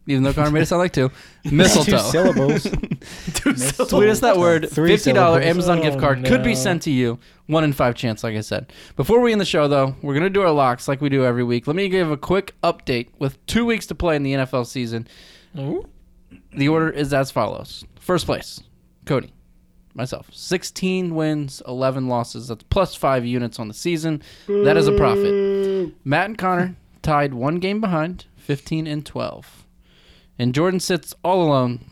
Speaker 3: even though Connor made it sound like two.
Speaker 1: Two
Speaker 3: Mistletoe.
Speaker 1: syllables.
Speaker 3: Tweet us that word.
Speaker 1: Three
Speaker 3: Fifty dollar
Speaker 1: syllables.
Speaker 3: Amazon gift
Speaker 2: Oh,
Speaker 3: card could be
Speaker 2: no.
Speaker 3: sent to you. One in five chance, like I said. Before we end the show, though, we're gonna do our locks like we do every week. Let me give a quick update. With two weeks to play in the NFL season, the order is as follows: First place, Cody, myself, sixteen wins, eleven losses. That's plus five units on the season. That is a profit. Matt and Connor tied one game behind, fifteen and twelve, and Jordan sits all alone.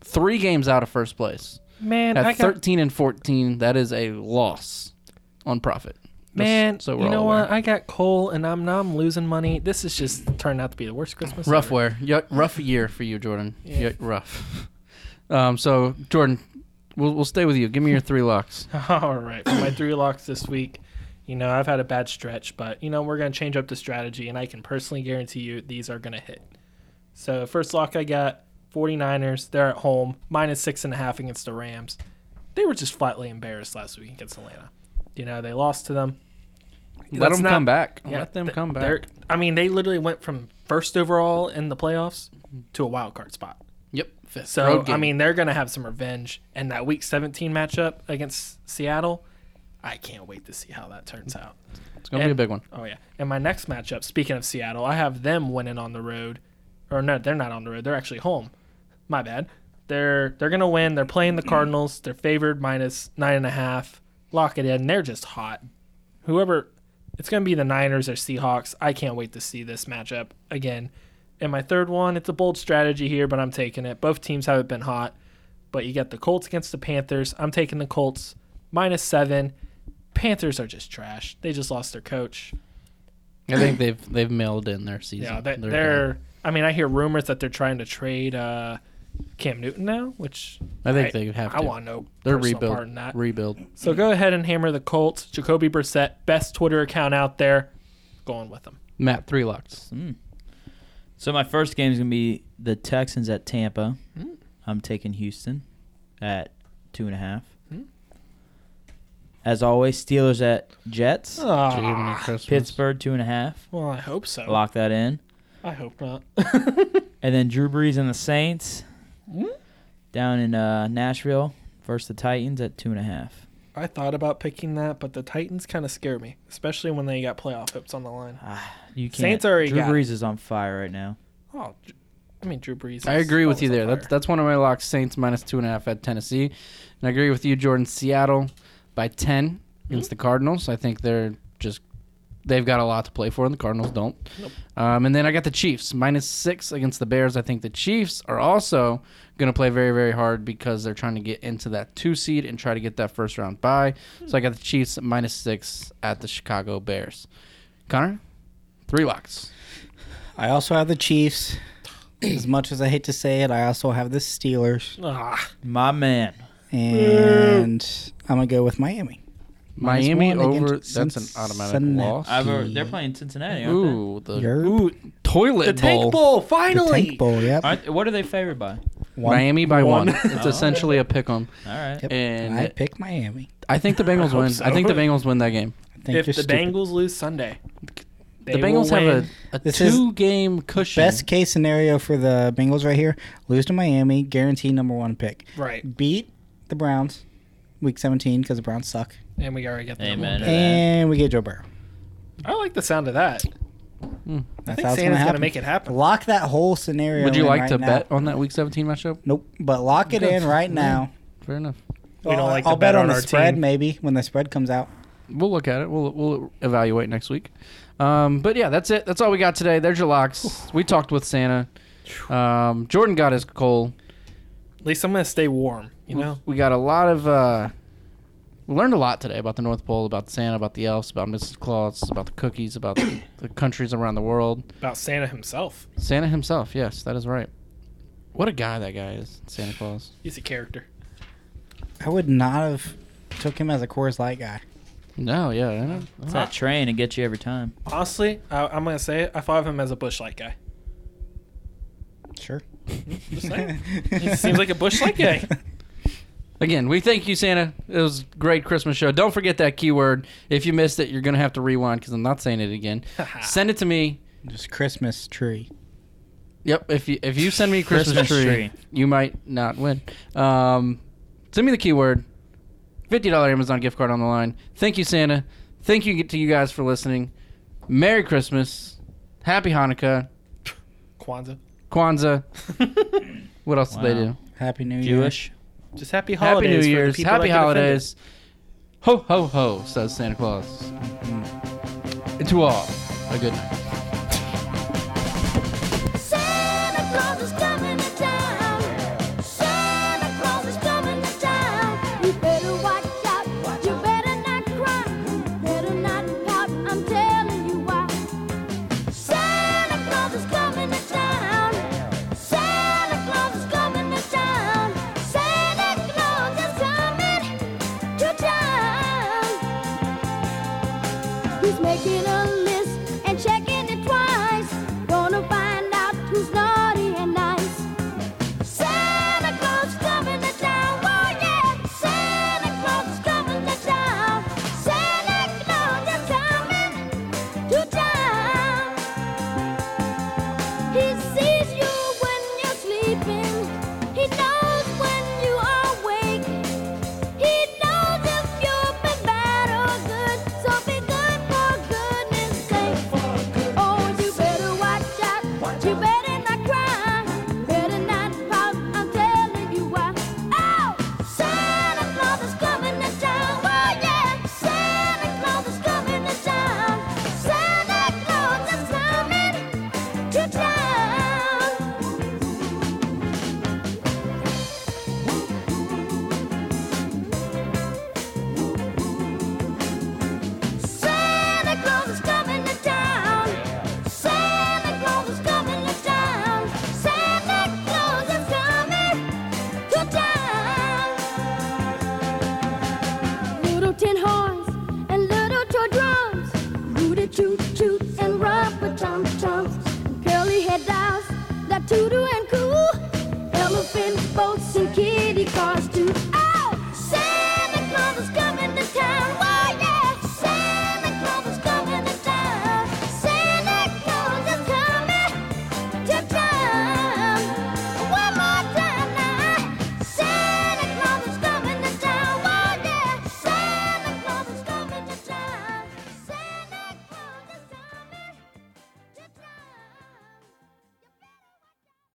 Speaker 3: Three games out of first place
Speaker 2: man,
Speaker 3: at
Speaker 2: I got
Speaker 3: 13 and 14 that is a loss on profit Just
Speaker 2: man.
Speaker 3: so we're
Speaker 2: you
Speaker 3: all
Speaker 2: know
Speaker 3: aware.
Speaker 2: what? I got coal, and I'm now I'm losing money. This is just turned out to be the worst Christmas.
Speaker 3: rough
Speaker 2: ever.
Speaker 3: wear Yuck, rough year for you jordan
Speaker 2: Yeah.
Speaker 3: Yuck, rough um so jordan we'll, we'll stay with you give me your three locks
Speaker 2: All right, for my three locks this week. You know, I've had a bad stretch, but you know, we're going to change up the strategy, and I can personally guarantee you these are going to hit. So, first lock I got 49ers. They're at home, minus six and a half against the Rams. They were just flatly embarrassed last week against Atlanta. You know, they lost to them.
Speaker 3: let them
Speaker 2: not-
Speaker 3: come back
Speaker 2: Yeah,
Speaker 3: let them
Speaker 2: th-
Speaker 3: come
Speaker 2: they're-
Speaker 3: back
Speaker 2: I mean, they literally went from first overall in the playoffs to a wild card spot.
Speaker 3: yep fifth.
Speaker 2: So
Speaker 3: Road
Speaker 2: I
Speaker 3: game.
Speaker 2: mean, they're gonna have some revenge, and that Week 17 matchup against Seattle, I can't wait to see how that turns out.
Speaker 3: it's gonna be a
Speaker 2: and-
Speaker 3: big one
Speaker 2: Oh yeah, and my next matchup. Speaking of Seattle, I have them winning on the road, or no, they're not on the road. They're actually home. My bad. They're they're gonna win. They're playing the Cardinals. They're favored minus nine and a half. Lock it in. They're just hot. Whoever, it's gonna be the Niners or Seahawks. I can't wait to see this matchup again. And my third one, it's a bold strategy here, but I'm taking it. Both teams haven't been hot, but you got the Colts against the Panthers. I'm taking the Colts minus seven. Panthers are just trash. They just lost their coach.
Speaker 3: i think they've they've mailed in their season
Speaker 2: Yeah, they,
Speaker 3: They're
Speaker 2: they're. I mean, I hear rumors that they're trying to trade uh, Cam Newton now, which
Speaker 3: I think they have
Speaker 2: I
Speaker 3: to.
Speaker 2: want no
Speaker 3: They're
Speaker 2: personal
Speaker 3: rebuild.
Speaker 2: part in that.
Speaker 3: Rebuild.
Speaker 2: So go ahead and hammer the Colts. Jacoby Brissett, best Twitter account out there. Going with them.
Speaker 3: Matt three locks.
Speaker 4: Hmm. So my first game is gonna be the Texans at Tampa. I'm taking Houston at two and a half. As always, Steelers at Jets.
Speaker 2: Ah,
Speaker 4: Pittsburgh two and a half.
Speaker 2: well, I hope so.
Speaker 4: Lock that in.
Speaker 2: I hope not.
Speaker 4: And then Drew Brees and the Saints Hmm? down in uh, Nashville versus the Titans at two and a half.
Speaker 2: I thought about picking that, but the Titans kind of scare me, especially when they got playoff hopes on the line.
Speaker 3: Ah.
Speaker 4: You can't.
Speaker 2: Saints already
Speaker 4: Drew
Speaker 2: got it.
Speaker 4: Brees is on fire right now.
Speaker 2: Oh, Dr- I mean Drew Brees.
Speaker 3: I
Speaker 2: is
Speaker 3: agree with you
Speaker 2: always
Speaker 3: there.
Speaker 2: on
Speaker 3: That's
Speaker 2: fire.
Speaker 3: that's one of my locks. Saints minus two and a half at Tennessee, and I agree with you, Jordan. Seattle by ten against the Cardinals. I think they're just they've got a lot to play for, and the Cardinals don't.
Speaker 2: Nope.
Speaker 3: Um, and then I got the Chiefs minus six against the Bears. I think the Chiefs are also going to play very very hard because they're trying to get into that two seed and try to get that first round bye. So I got the Chiefs at minus six at the Chicago Bears. Connor, three locks.
Speaker 1: I also have the Chiefs. As much as I hate to say it, I also have the Steelers,
Speaker 2: Ah,
Speaker 4: My man.
Speaker 1: and I'm gonna go with Miami. Minus
Speaker 3: Miami
Speaker 1: one against
Speaker 3: over. That's an automatic
Speaker 1: Cincinnati.
Speaker 3: loss.
Speaker 4: I've, already- they're playing Cincinnati, aren't they?
Speaker 3: Ooh, the
Speaker 1: Yerp.
Speaker 3: ooh, toilet
Speaker 2: the Tank Bowl
Speaker 1: The
Speaker 2: finally.
Speaker 1: Tank Bowl, yep.
Speaker 4: Aren't, what are they favored by? All
Speaker 1: One.
Speaker 3: Miami by one.
Speaker 2: One.
Speaker 3: It's essentially a pick 'em.
Speaker 4: right.
Speaker 1: Yep.
Speaker 3: And-
Speaker 1: I pick Miami.
Speaker 3: I think the Bengals win. I
Speaker 2: so.
Speaker 3: think the Bengals win that game.
Speaker 1: I think
Speaker 2: if the
Speaker 1: you're stupid.
Speaker 2: Bengals lose Sunday, they
Speaker 3: the Bengals
Speaker 2: will
Speaker 3: have
Speaker 2: win.
Speaker 3: a, a
Speaker 1: This is
Speaker 3: two game cushion.
Speaker 1: Best case scenario for the Bengals right here: lose to Miami, guarantee number one pick.
Speaker 2: right,
Speaker 1: Beat the Browns, week 17, because the Browns suck,
Speaker 2: and we already got the number
Speaker 4: Amen.
Speaker 2: one
Speaker 4: to that.
Speaker 1: and we get Joe Burrow.
Speaker 2: pick. I like the sound of that. I
Speaker 1: That's how
Speaker 2: think
Speaker 1: it's
Speaker 2: Santa's
Speaker 1: gonna
Speaker 2: gonna,
Speaker 1: happen.
Speaker 2: make it happen.
Speaker 1: Lock that whole scenario.
Speaker 3: Hmm. Would you
Speaker 1: in
Speaker 3: like
Speaker 1: right
Speaker 3: to
Speaker 1: now.
Speaker 3: bet on that Week 17 matchup?
Speaker 1: Nope, but lock it in right now.
Speaker 3: Fair enough.
Speaker 2: We don't like to
Speaker 1: I'll
Speaker 2: bet
Speaker 1: bet
Speaker 2: on
Speaker 1: on the
Speaker 2: our
Speaker 1: spread
Speaker 2: team.
Speaker 1: maybe when the spread comes out.
Speaker 3: We'll look at it. We'll we'll evaluate next week. Um, but yeah, that's it. That's all we got today. There's your locks. We talked with Santa. Um, Jordan got his coal.
Speaker 2: At least I'm gonna stay warm. You
Speaker 3: We-
Speaker 2: know,
Speaker 3: we got a lot of uh we learned a lot today about the north pole about santa about the elves about mrs claus about the cookies about the, the countries around the world
Speaker 2: about Santa himself.
Speaker 3: santa himself yes that is right what a guy that guy is santa claus
Speaker 2: He's a character.
Speaker 1: I would not have took him as a Coors Light guy.
Speaker 3: no yeah I know.
Speaker 4: It's that train and get you every time.
Speaker 2: Honestly, I, I'm gonna say it. I thought of him as a bushlight guy.
Speaker 1: Sure.
Speaker 2: Just saying. he seems like a bushlight guy.
Speaker 3: again we thank you santa it was a great christmas show don't forget that keyword if you missed it you're gonna have to rewind because i'm not saying it again send it to me
Speaker 1: Just Christmas tree.
Speaker 3: Yep. If you if you send me a Christmas,
Speaker 4: Christmas
Speaker 3: tree,
Speaker 4: tree.
Speaker 3: you might not win. Um, send me the keyword. Fifty dollar Amazon gift card on the line. Thank you, Santa. Thank you to you guys for listening. Merry Christmas. Happy Hanukkah.
Speaker 2: Kwanzaa.
Speaker 3: Kwanzaa. what else do they
Speaker 4: Wow.
Speaker 3: do?
Speaker 1: Happy New Year.
Speaker 4: Jewish.
Speaker 2: Just happy
Speaker 3: Happy
Speaker 2: holidays.
Speaker 3: New
Speaker 2: for the
Speaker 3: Year's.
Speaker 2: people
Speaker 3: Happy
Speaker 2: that get offended.
Speaker 3: holidays. Ho ho ho, says Santa Claus. And to all, a good night.
Speaker 6: Santa Claus is coming to town. Santa Claus is coming to town. You better watch out. You better not cry. Better not pout. I'm telling you why. Santa Claus is coming to town. Santa Claus is coming to town. Santa Claus is coming to town. He's making a list and checking it twice. Gonna find out who's naughty and nice. Santa Claus coming to town, oh yeah. Santa Claus is coming to town. Santa Claus is coming to town. He sees you when you're sleeping. He knows when you are awake. He knows if you've been bad or good, so be good for goodness Oh, Oh, toot toot and rubber tum tums, curly head dolls that toot and coo, elephant boats Oh, Oh,